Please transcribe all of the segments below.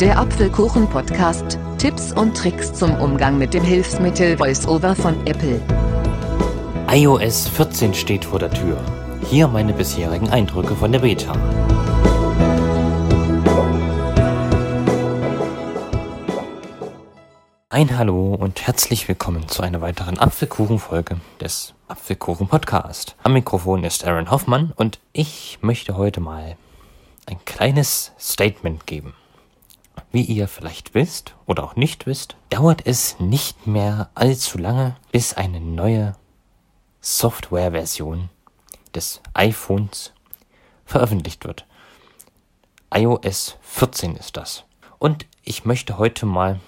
Der Apfelkuchen Podcast. Tipps und Tricks zum Umgang mit dem Hilfsmittel VoiceOver von Apple. iOS 14 steht vor der Tür. Hier meine bisherigen Eindrücke von der Beta. Ein Hallo und herzlich willkommen zu einer weiteren Apfelkuchen-Folge des Apfelkuchen-Podcast. Am Mikrofon ist Aaron Hoffmann und ich möchte heute mal ein kleines Statement geben. Wie ihr vielleicht wisst oder auch nicht wisst, dauert es nicht mehr allzu lange, bis eine neue Softwareversion des iPhones veröffentlicht wird. iOS 14 ist das. Und ich möchte heute mal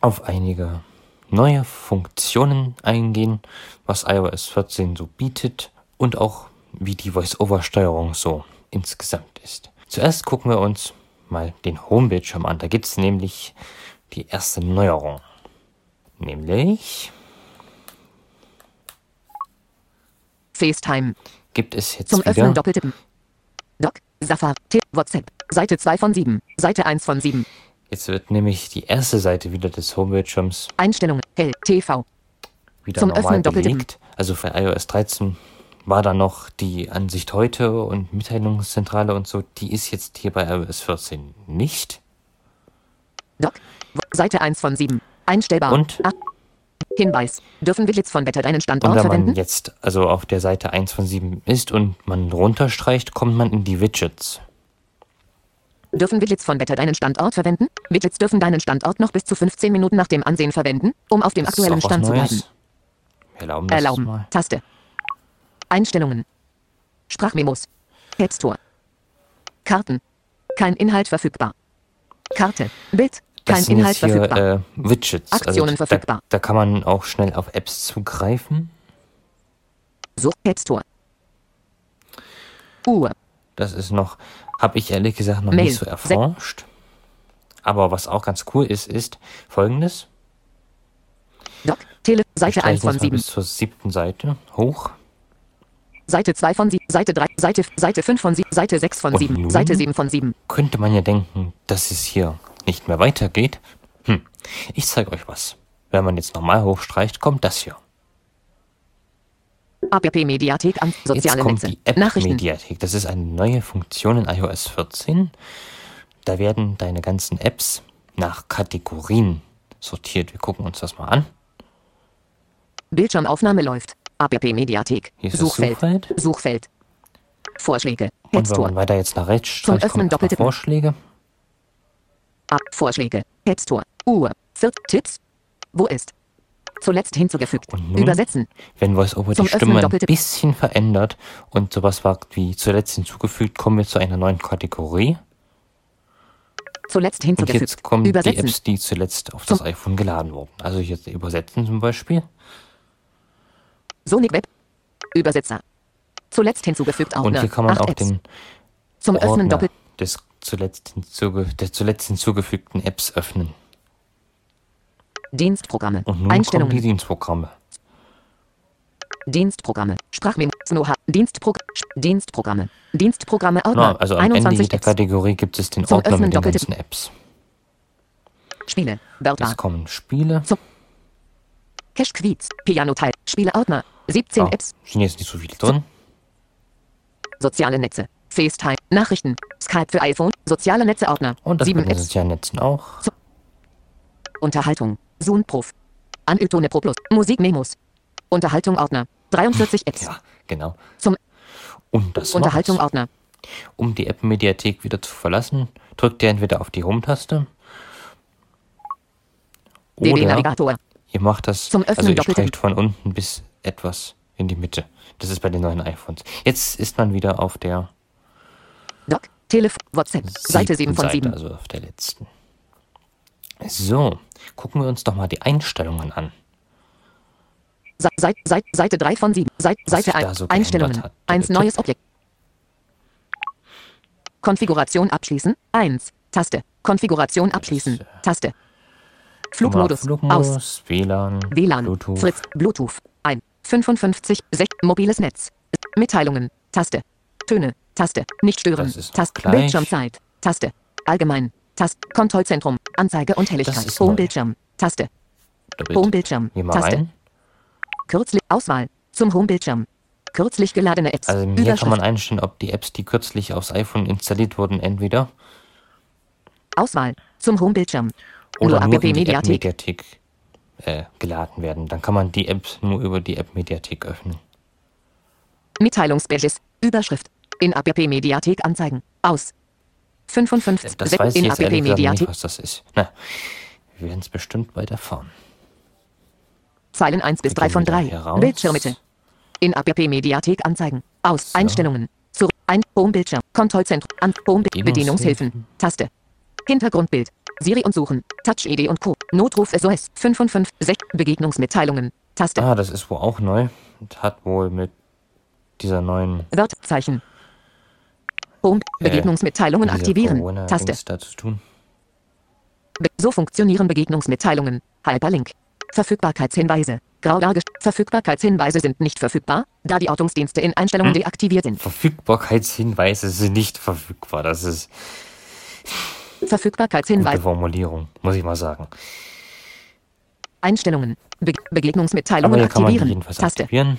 auf einige neue Funktionen eingehen, was iOS 14 so bietet und auch wie die Voice-Over-Steuerung so insgesamt ist. Zuerst gucken wir uns mal den Homebildschirm an. Da gibt es nämlich die erste Neuerung. Nämlich FaceTime. gibt es jetzt Zum wieder Öffnen doppeltippen. Doc, Safari, T- WhatsApp. Seite 2 von 7. Seite 1 von 7. Jetzt wird nämlich die erste Seite wieder des Homebildschirms Einstellungen. Hell, TV. wieder Zum normal Öffnen doppeltippen. belegt. Also für iOS 13 war da noch die Ansicht heute und Mitteilungszentrale und so. Die ist jetzt hier bei iOS 14 nicht. Doc, W- Seite 1 von 7. Einstellbar. Und? Ah, Hinweis. Dürfen Widgets von Wetter deinen Und Standort wenn man verwenden? jetzt also auf der Seite 1 von 7 ist und man runterstreicht, kommt man in die Widgets. Dürfen Widgets von Wetter deinen Standort verwenden? Widgets dürfen deinen Standort noch bis zu 15 Minuten nach dem Ansehen verwenden, um auf dem Das ist aktuellen auch was Stand zu Neues. bleiben. Wir erlauben das Erlauben. mal. Taste. Einstellungen. Sprachmemos. App Store. Karten. Kein Inhalt verfügbar. Karte. Bild. Das Kein sind Inhalt jetzt hier verfügbar. äh, Widgets. Aktionen also, verfügbar. Da, da kann man auch schnell auf Apps zugreifen. Such App Store. Uhr. Das ist noch, habe ich ehrlich gesagt noch Mail. nicht so Se- erforscht. Aber was auch ganz cool ist, ist folgendes. Doc. Tele. Seite 1 Streichen von jetzt mal 7. Bis zur siebten Seite hoch. Seite 2 von 7. Seite 3. Seite, Seite 5 von 7. Seite 6 von Und 7. Oh, nun? Seite 7 von 7. Könnte man ja denken, dass es hier nicht mehr weitergeht. Hm, ich zeige euch was. Wenn man jetzt normal hochstreicht, kommt das hier. App Mediathek an. Jetzt Soziale kommt Netze. die Nachrichten. App-Mediathek. Das ist eine neue Funktion in iOS 14. Da werden deine ganzen Apps nach Kategorien sortiert. Wir gucken uns das mal an. Bildschirmaufnahme läuft. App Mediathek. Hier ist das Suchfeld. Suchfeld. Suchfeld. Vorschläge. App Und wenn Store. man weiter jetzt nach rechts streicht, Öffnen kommen doppelte- erstmal Vorschläge. Ab Vorschläge. App Store. Uhr. Viert. Tipps. Wo ist? Zuletzt hinzugefügt. Und nun? Übersetzen. Wenn VoiceOver Zum die Öffnen Stimme ein doppelte- bisschen verändert und sowas war wie zuletzt hinzugefügt, kommen wir zu einer neuen Kategorie. Zuletzt Und hinzugefügt. jetzt kommen die Übersetzen. Apps, die zuletzt auf das iPhone geladen wurden. Also jetzt übersetzen zum Beispiel. Sonic Web. Übersetzer. Zuletzt hinzugefügt Ordner. Und hier kann man Acht auch Apps. den Zum Öffnen Ordner doppelt. des zuletzt, hinzuge der zuletzt hinzugefügten Apps öffnen. Dienstprogramme. Und nun kommen die Einstellungen. Dienstprogramme. Dienstprogramme. Sprachmemo. Snoha. Dienstprog Dienstprogramme. Dienstprogramme Na, Ordner. also am Ende 21 jeder Apps. Kategorie gibt es den Zum Ordner Öffnen mit den doppelte- ganzen Apps. Spiele. Wörter. Es kommen Spiele. Cash Quiz. Piano Teil. Spieleordner. 17 Ja, Apps. Ah, sind jetzt nicht so viele drin. Soziale Netze. FaceTime. Nachrichten. Skype für iPhone. Soziale Netze Ordner. Und das 7 mit den Apps. sozialen Netzen auch. Unterhaltung. Zoom Prof. Anötone Pro Plus. Musikmemos. Unterhaltung Ordner. 43 Apps. Ja, genau. Zum- und das Unterhaltung war's. Ordner. Um die App-Mediathek wieder zu verlassen, drückt ihr entweder auf die Home-Taste DB oder Navigator. ihr macht das, Zum Öffnen also ihr doppelte- streicht von unten bis etwas in die Mitte. Das ist bei den neuen iPhones. Jetzt ist man wieder auf der Doc. Telefon. WhatsApp. Seite 7 siebten von Seite, 7. also auf der letzten. So, gucken wir uns doch mal die Einstellungen an. Se Seit, Seit, Seite 3 von 7. Seit, Seite sich 1. da so geändert Einstellungen. hat, Eins bitte. neues Objekt. Konfiguration abschließen. 1. Taste. Konfiguration abschließen. Taste. Flugmodus. Aus. Flugmodus, WLAN, WLAN. Bluetooth. Fritz. Bluetooth. Ein. 55. 6. Mobiles Netz. Mitteilungen. Taste. Töne. Taste. Nicht stören. Das ist noch Taste. gleich. Bildschirmzeit. Taste. Allgemein. Tast. Kontrollzentrum. Anzeige und Helligkeit. ist neu. Home Bildschirm. Taste. Home Doppelt. Bildschirm. Geh mal Taste. rein. Kürzlich. Auswahl. Zum Home Bildschirm. Kürzlich geladene Apps. Also hier kann man Überschrift. einstellen, ob die Apps, die kürzlich aufs iPhone installiert wurden, entweder Auswahl. Zum Home Bildschirm. oder App nur in die App Mediathek. Mediathek äh, geladen werden. Dann kann man die Apps nur über die App Mediathek öffnen. Mitteilungsbadges. Überschrift. In App Mediathek anzeigen. Aus. 55. Das Sek- weiß ich in jetzt App ehrlich gesagt nicht, Mediathek. was das ist. Na, wir werden es bestimmt bald erfahren. Zeilen 1 bis Wir 3 gehen von wieder 3. heraus. Bildschirmmitte. In App Mediathek anzeigen. Aus. So. Einstellungen. Zurück. Ein. Homebildschirm. Kontrollzentrum. An. Home Bedienungshilfen. Taste. Hintergrundbild. Siri und Suchen. Touch-ID und Co. Notruf SOS. 55. 6. Begegnungsmitteilungen. Taste. Ah, das ist wohl auch neu. Und hat wohl mit dieser neuen Wörterzeichen. Home. Äh, Begegnungsmitteilungen dieser aktivieren. Corona-Dings Taste. da zu tun. Be so funktionieren Begegnungsmitteilungen. Hyperlink. Verfügbarkeitshinweise. Grau dargest- Verfügbarkeitshinweise sind nicht verfügbar, da die Ortungsdienste in Einstellungen Hm. deaktiviert sind. Verfügbarkeitshinweise sind nicht verfügbar. Das ist eine Verfügbarkeitshinweise. Formulierung, muss ich mal sagen. Einstellungen. Be Aber Begegnungsmitteilungen hier kann man die aktivieren. jedenfalls Taste. aktivieren.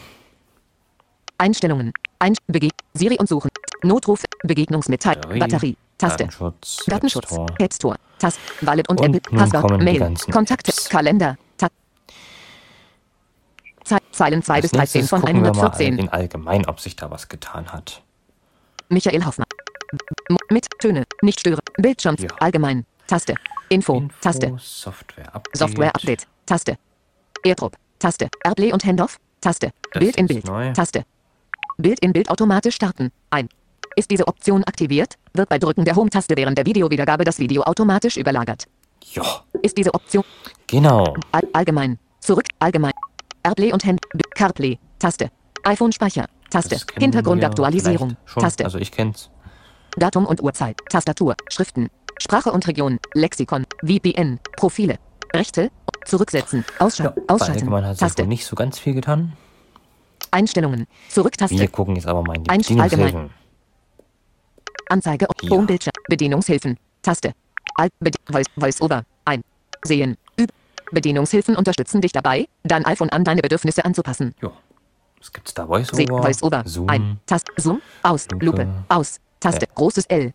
Einstellungen. Ein Bege Siri und suchen. Notruf. Batterie, Begegnungsmitteilung. Batterie. Taste. Datenschutz. Datenschutz. App Store. App Store. Taste. Wallet und, Und Apple. nun kommen Passwort. die Mail. ganzen Kontakte. Apps. Kalender. Ta Ze Zeilen 2 bis Als 13 nächstes von gucken wir mal 114. in allgemein, ob sich da was getan hat. Michael Hoffmann. M mit Töne. Nicht stören. Bildschirm. Ja. Allgemein. Taste. Info. Oh, Taste. Software Update. Software Update. Taste. AirDrop. Taste. Airplay und Handoff. Taste. Das Bild in ist Bild. neu. Taste. Bild in Bild automatisch starten. Ein. Ist diese Option aktiviert, wird bei Drücken der Home-Taste während der Videowiedergabe das Video automatisch überlagert. Ja, Ist diese Option genau. all allgemein. Zurück. Allgemein. Airplay und Hand. B- CarPlay. Taste. iPhone-Speicher. Taste. Das kennen Hintergrundaktualisierung. wir vielleicht Schon. Taste. Also ich kenn's. Datum und Uhrzeit, Tastatur, Schriften, Sprache und Region, Lexikon, VPN, Profile, Rechte, zurücksetzen, Ja, ausschalten, bei allgemein ausschalten, hat sich wohl Taste, nicht so ganz viel getan. Einstellungen, Zurücktaste, Wir gucken jetzt aber mal in die Ein- Bedienungshilfen. Anzeige, Ja. Homebildschirm, Bedienungshilfen, Taste, Alt, Bed Voice, Voice Over, ein, sehen, üb, Bedienungshilfen unterstützen dich dabei, dein iPhone an deine Bedürfnisse anzupassen. Ja. Was gibt's da? Se VoiceOver? VoiceOver, Zoom. ein, Taste, Zoom, aus, Lupe. Lupe, aus, Taste, großes L,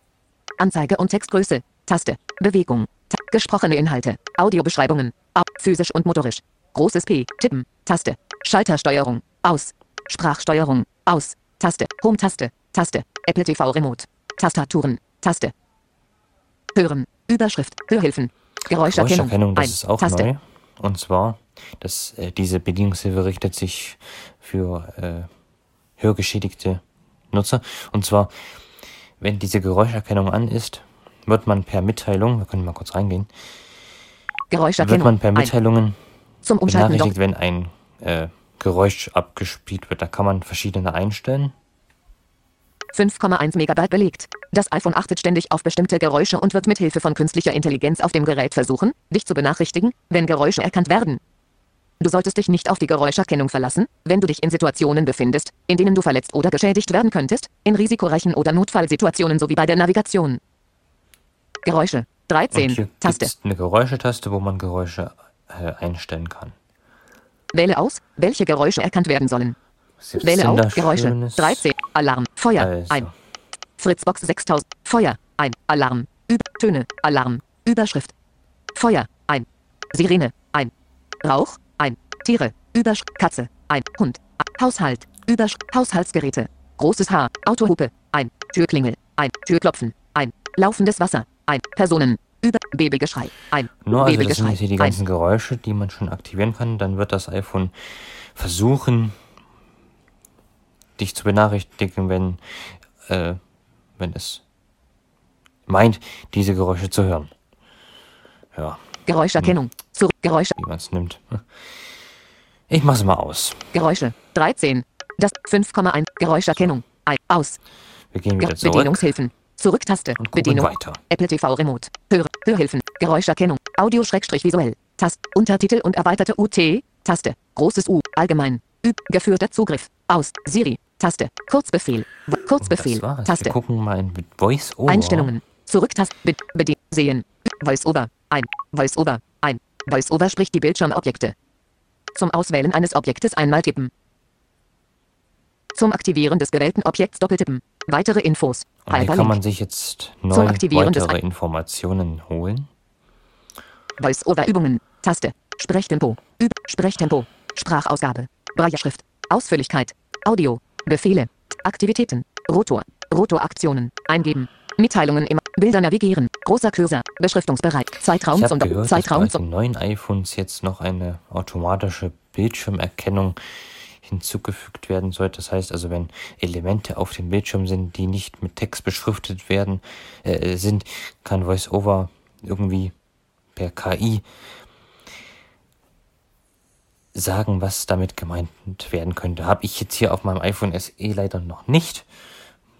Anzeige und Textgröße, Taste, Bewegung, ta gesprochene Inhalte, Audiobeschreibungen, au physisch und motorisch, großes P, Tippen, Taste, Schaltersteuerung, aus, Sprachsteuerung, aus, Taste, Home-Taste, Taste, Apple TV Remote, Tastaturen, Taste, Hören, Überschrift, Hörhilfen, Geräuscherkennung, Geräuscherkennung, das ein, ist auch Taste, neu. Und zwar, dass äh, diese Bedienungshilfe richtet sich für äh, hörgeschädigte Nutzer. Und zwar, wenn diese Geräuscherkennung an ist, wird man per Mitteilung, wir können mal kurz reingehen, wird Geräuscherkennung, man per ein, Mitteilungen zum Umschalten, benachrichtigt, wenn ein äh, Geräusch abgespielt wird. Da kann man verschiedene einstellen. 5,1 Megabyte belegt. Das iPhone achtet ständig auf bestimmte Geräusche und wird mit Hilfe von künstlicher Intelligenz auf dem Gerät versuchen, dich zu benachrichtigen, wenn Geräusche erkannt werden. Du solltest dich nicht auf die Geräuscherkennung verlassen, wenn du dich in Situationen befindest, in denen du verletzt oder geschädigt werden könntest, in risikoreichen oder Notfallsituationen sowie bei der Navigation. Geräusche. Und 13. hier Taste. gibt's eine Geräuschetaste, wo man Geräusche äh, einstellen kann. Wähle aus, welche Geräusche erkannt werden sollen. Was gibt's Wähle denn da aus, Geräusche. Schönes? 13. Alarm. Feuer. Also. Ein. Fritzbox 6000. Feuer. Ein. Alarm. Üb Töne. Alarm. Überschrift. Feuer. Ein. Sirene. Ein. Rauch. Ein. Tiere. Überschrift. Katze. Ein. Hund. A- Haushalt. Überschrift. Haushaltsgeräte. Großes Haar. Autohupe. Ein. Türklingel. Ein. Türklopfen. Ein. Laufendes Wasser. Ein. Personen. Über. Babygeschrei. Ein. Nur also das sind Babygeschrei. jetzt hier die ein. ganzen Geräusche, die man schon aktivieren kann. Dann wird das iPhone versuchen, dich zu benachrichtigen, wenn, äh, wenn es meint, diese Geräusche zu hören. Ja, Geräuscherkennung. Zur Geräusche. wie man es nimmt. Ich mach's mal aus. Geräusche. 13. Das 5,1 Geräuscherkennung. Ein. Aus. Wir gehen Ge wieder zurück. Bedienungshilfen. Zurücktaste. Und gucken Bedienung. weiter. Apple TV Remote. Höre. Hörhilfen. Geräuscherkennung. Audio-visuell. Tast. Untertitel und erweiterte UT. Taste. Großes U. Allgemein. Üb. Geführter Zugriff. Aus. Siri. Taste. Kurzbefehl. W- Das Kurzbefehl. war's. Wir Taste. gucken mal in Voice Over. Einstellungen. Zurücktaste. Be bedienen. Sehen. VoiceOver. Ein. VoiceOver. Ein. VoiceOver spricht die Bildschirmobjekte. Zum Auswählen eines Objektes einmal tippen. Zum Aktivieren des gewählten Objekts doppeltippen. Weitere Infos. Und hier Halber kann man Link. sich jetzt Zum neu Aktivieren des weitere Ei- Informationen holen. VoiceOver Übungen. Taste. Sprechtempo. Üb Sprechtempo. Sprachausgabe. Brailleschrift. Ausführlichkeit. Audio. Befehle. Aktivitäten. Rotor. Rotoraktionen. Eingeben. Mitteilungen im Bilder navigieren. Großer Cursor. Beschriftungsbereich. Zeitraum Ich zum habe Do- gehört, dass Zeitraum bei zum den neuen iPhones jetzt noch eine automatische Bildschirmerkennung hinzugefügt werden soll. Das heißt also, wenn Elemente auf dem Bildschirm sind, die nicht mit Text beschriftet werden äh, sind, kann VoiceOver irgendwie per KI sagen, was damit gemeint werden könnte. Habe ich jetzt hier auf meinem iPhone SE leider noch nicht,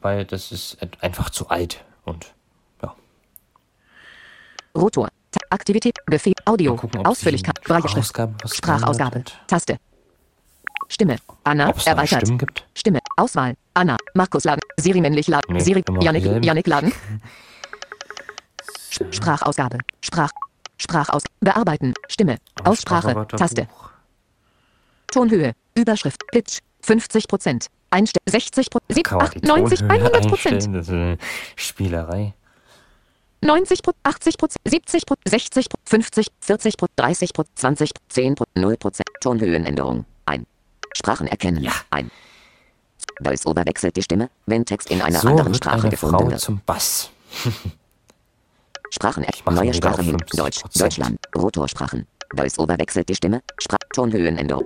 weil das ist einfach zu alt und ja. Rotor. Ta- Aktivität. Befehl. Audio. Mal gucken, ob sie Ausführlichkeit. in Brailleschrift. Sprachausgabe was Sprachausgabe. geändert Taste. Stimme. Anna. Ob es da Erweitert. Stimmen gibt? Stimme. Auswahl. Anna. Markus Laden. Siri männlich Laden. Nee, Siri. immer dieselben. Janik. Janik Laden. Sch- Sprachausgabe. Sprach. Sprachaus. Bearbeiten. Stimme. Aussprache. Sprachroboterbuch. Taste. Tonhöhe. Überschrift. Pitch. 50 Prozent. Einstell. 60 Prozent. Kann man die 90. Tonhöhe 100 Prozent. einstellen? Das ist eine Spielerei. 90 Pro, 80 Pro, 70 Pro, 60 Pro, 50, 40 Pro, 30 Pro, 20 Pro, 10 Pro, 0 Prozent. Tonhöhenänderung. Ein. Sprachen erkennen. Ja. Ein. VoiceOver wechselt die Stimme, wenn Text in einer so anderen wird Sprache eine gefunden Frau wird. zum Bass. Sprachen mach mal Neue wieder Sprache auf hin. 50 Deutsch. Prozent. Deutschland. Rotorsprachen. VoiceOver wechselt die Stimme. Sprach Tonhöhenänderung.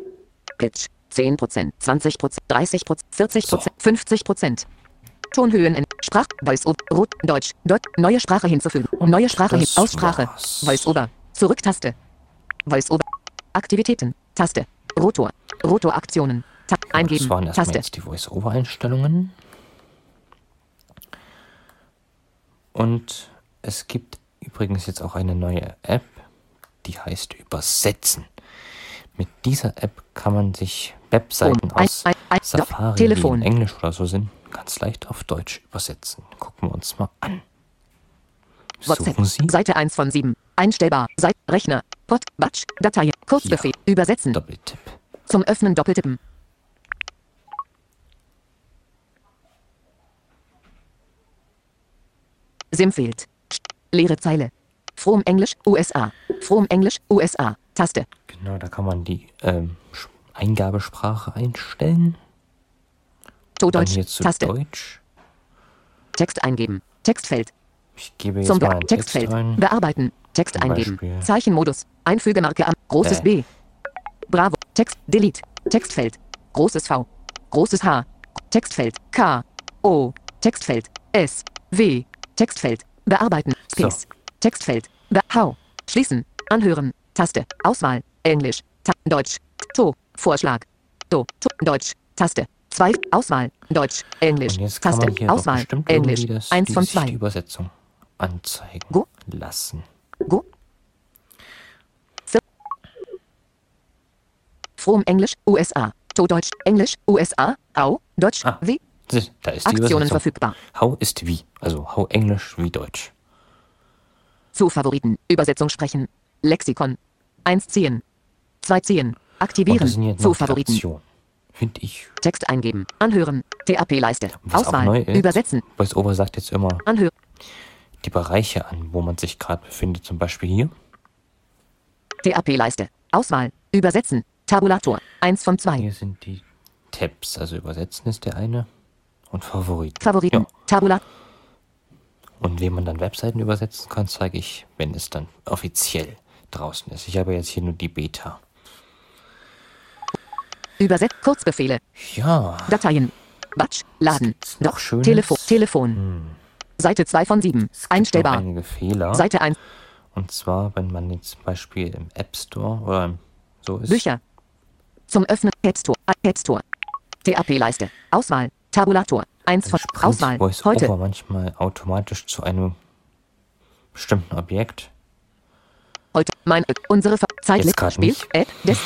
Pitch. 10 Prozent, 20 Prozent, 30 Prozent, 40 Prozent, 50 Prozent. Tonhöhen in Sprach, VoiceOver, Rot, Deutsch, Deutsch, neue Sprache hinzufügen. Neue Sprache hin, das Aussprache, war's. VoiceOver, Zurücktaste, VoiceOver, Aktivitäten, Taste, Rotor, Rotoraktionen, Ta das eingeben, waren erstmal Taste, jetzt die Voice-Over-Einstellungen. Und es gibt übrigens jetzt auch eine neue App, die heißt Übersetzen. Mit dieser App kann man sich Webseiten Um, ein- aus ein- ein- Safari, Telefon. die in Englisch oder so sind, ganz leicht auf Deutsch übersetzen. Gucken wir uns mal an. WhatsApp, Suchen Sie Seite 1 von 7, einstellbar, Seite, Rechner, Pot, Batsch, Datei, Kurzbefehl, übersetzen, Doppeltipp. zum Öffnen doppeltippen, Sim fehlt. Leere Zeile. From Englisch, USA. From Englisch, USA. Taste. Genau, da kann man die ähm, Sch- Eingabesprache einstellen. To Dann Deutsch. hier zu Taste. Deutsch. Text eingeben. Textfeld. Ich gebe jetzt Zum mal Bla einen Text Textfeld. ein. Bearbeiten. Text Zum eingeben. Beispiel. Zeichenmodus. Einfügemarke am. Großes Äh. B. Bravo. Text. Delete. Textfeld. Großes V. Großes H. Textfeld. K. O. Textfeld. S. W. Textfeld. Bearbeiten. So. Space. Textfeld. Be H. Schließen. Anhören. Taste. Auswahl. Englisch. Ta Deutsch. To. Vorschlag. Do. To. Deutsch. Taste. Zwei. Auswahl. Deutsch. Englisch. Und jetzt kann Taste. man hier doch Auswahl. bestimmt Englisch. irgendwie das, Eins die, von sich die zwei. Übersetzung anzeigen Gut. lassen. Go. Fir- From Englisch, USA. To Deutsch, Englisch, USA. Au, Deutsch, Ah, W. Das- Da ist die Aktionen Übersetzung. verfügbar. How ist wie. Also how Englisch wie Deutsch. Zu Favoriten. Übersetzung sprechen. Lexikon. 1 ziehen. 2 ziehen. Und das Aktivieren. sind jetzt Zu noch die Favoriten. Aktionen. Finde ich. Text eingeben. Anhören. TAP-Leiste. Und Was auch neu Auswahl. ist, Übersetzen. VoiceOver sagt jetzt immer Anhören. die Bereiche an, wo man sich gerade befindet. Zum Beispiel hier. TAP-Leiste. Auswahl. Übersetzen. Tabulator. 1 von 2. Hier sind die Tabs. Also übersetzen ist der eine. Und Favoriten. Favoriten. Ja. Tabula. Und wem man dann Webseiten übersetzen kann, zeige ich, wenn es dann offiziell draußen ist. Ich habe jetzt hier nur die Beta. Übersetzt. Kurzbefehle. Ja, Dateien. Batsch, Laden. gibt's noch Doch, Schönes? Telefon. Telefon. Seite 2 von 7. es gibt noch Einstellbar. einige Fehler. Seite 1. und zwar, wenn man jetzt zum Beispiel im App Store oder im, so ist, Bücher. Zum Öffnen. App Store. App Store. TAP-Leiste. Auswahl. Tabulator. 1 von. springt Auswahl. Voice Over Heute. manchmal automatisch zu einem bestimmten Objekt. Heute. Mein. äh, Unsere Ver Zeitlich. grad Spiel. nicht. App. Des.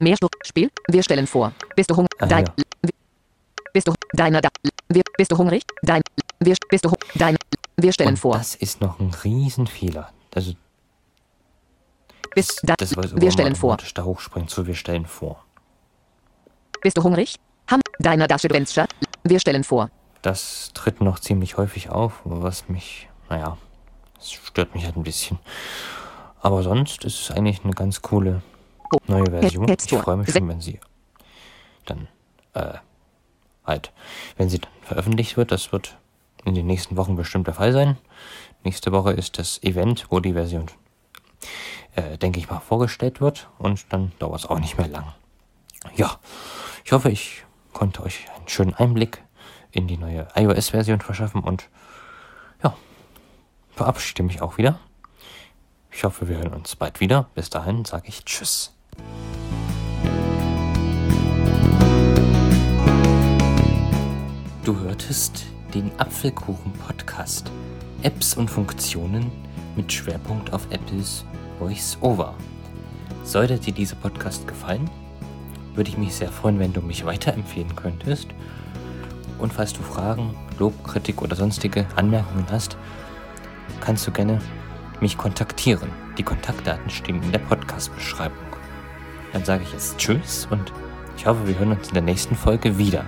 Mehr Stu- Spiel. Wir stellen vor. Bist du hungrig? Ah, Dein. ja. Bist du deiner da? Wir, bist du hungrig? Dein. Wir st- bist du ho- dein. Wir stellen Und vor. das ist noch ein Riesenfehler. Also, Bist da, das wir stellen vor. Da hochspringen zu, wir stellen vor. Bist du hungrig? Ham deiner Dasche Benzer. Wir stellen vor. Das tritt noch ziemlich häufig auf, was mich, naja, es stört mich halt ein bisschen. Aber sonst ist es eigentlich eine ganz coole Oh, neue Version. Ich jetzt schon. freue mich Se- schon, wenn sie dann, äh, halt, wenn sie dann veröffentlicht wird. Das wird in den nächsten Wochen bestimmt der Fall sein. Nächste Woche ist das Event, wo die Version, äh, denke ich mal, vorgestellt wird. Und dann dauert es auch nicht mehr lang. Ja, ich hoffe, ich konnte euch einen schönen Einblick in die neue iOS-Version verschaffen und ja, verabschiede mich auch wieder. Ich hoffe, wir hören uns bald wieder. Bis dahin sage ich Tschüss. Du hörtest den Apfelkuchen-Podcast Apps und Funktionen mit Schwerpunkt auf Apples Voice-Over. Sollte dir dieser Podcast gefallen, würde ich mich sehr freuen, wenn du mich weiterempfehlen könntest. Und falls du Fragen, Lob, Kritik oder sonstige Anmerkungen hast, kannst du gerne mich kontaktieren. Die Kontaktdaten stehen in der Podcast-Beschreibung. Dann sage ich jetzt Tschüss und ich hoffe, wir hören uns in der nächsten Folge wieder.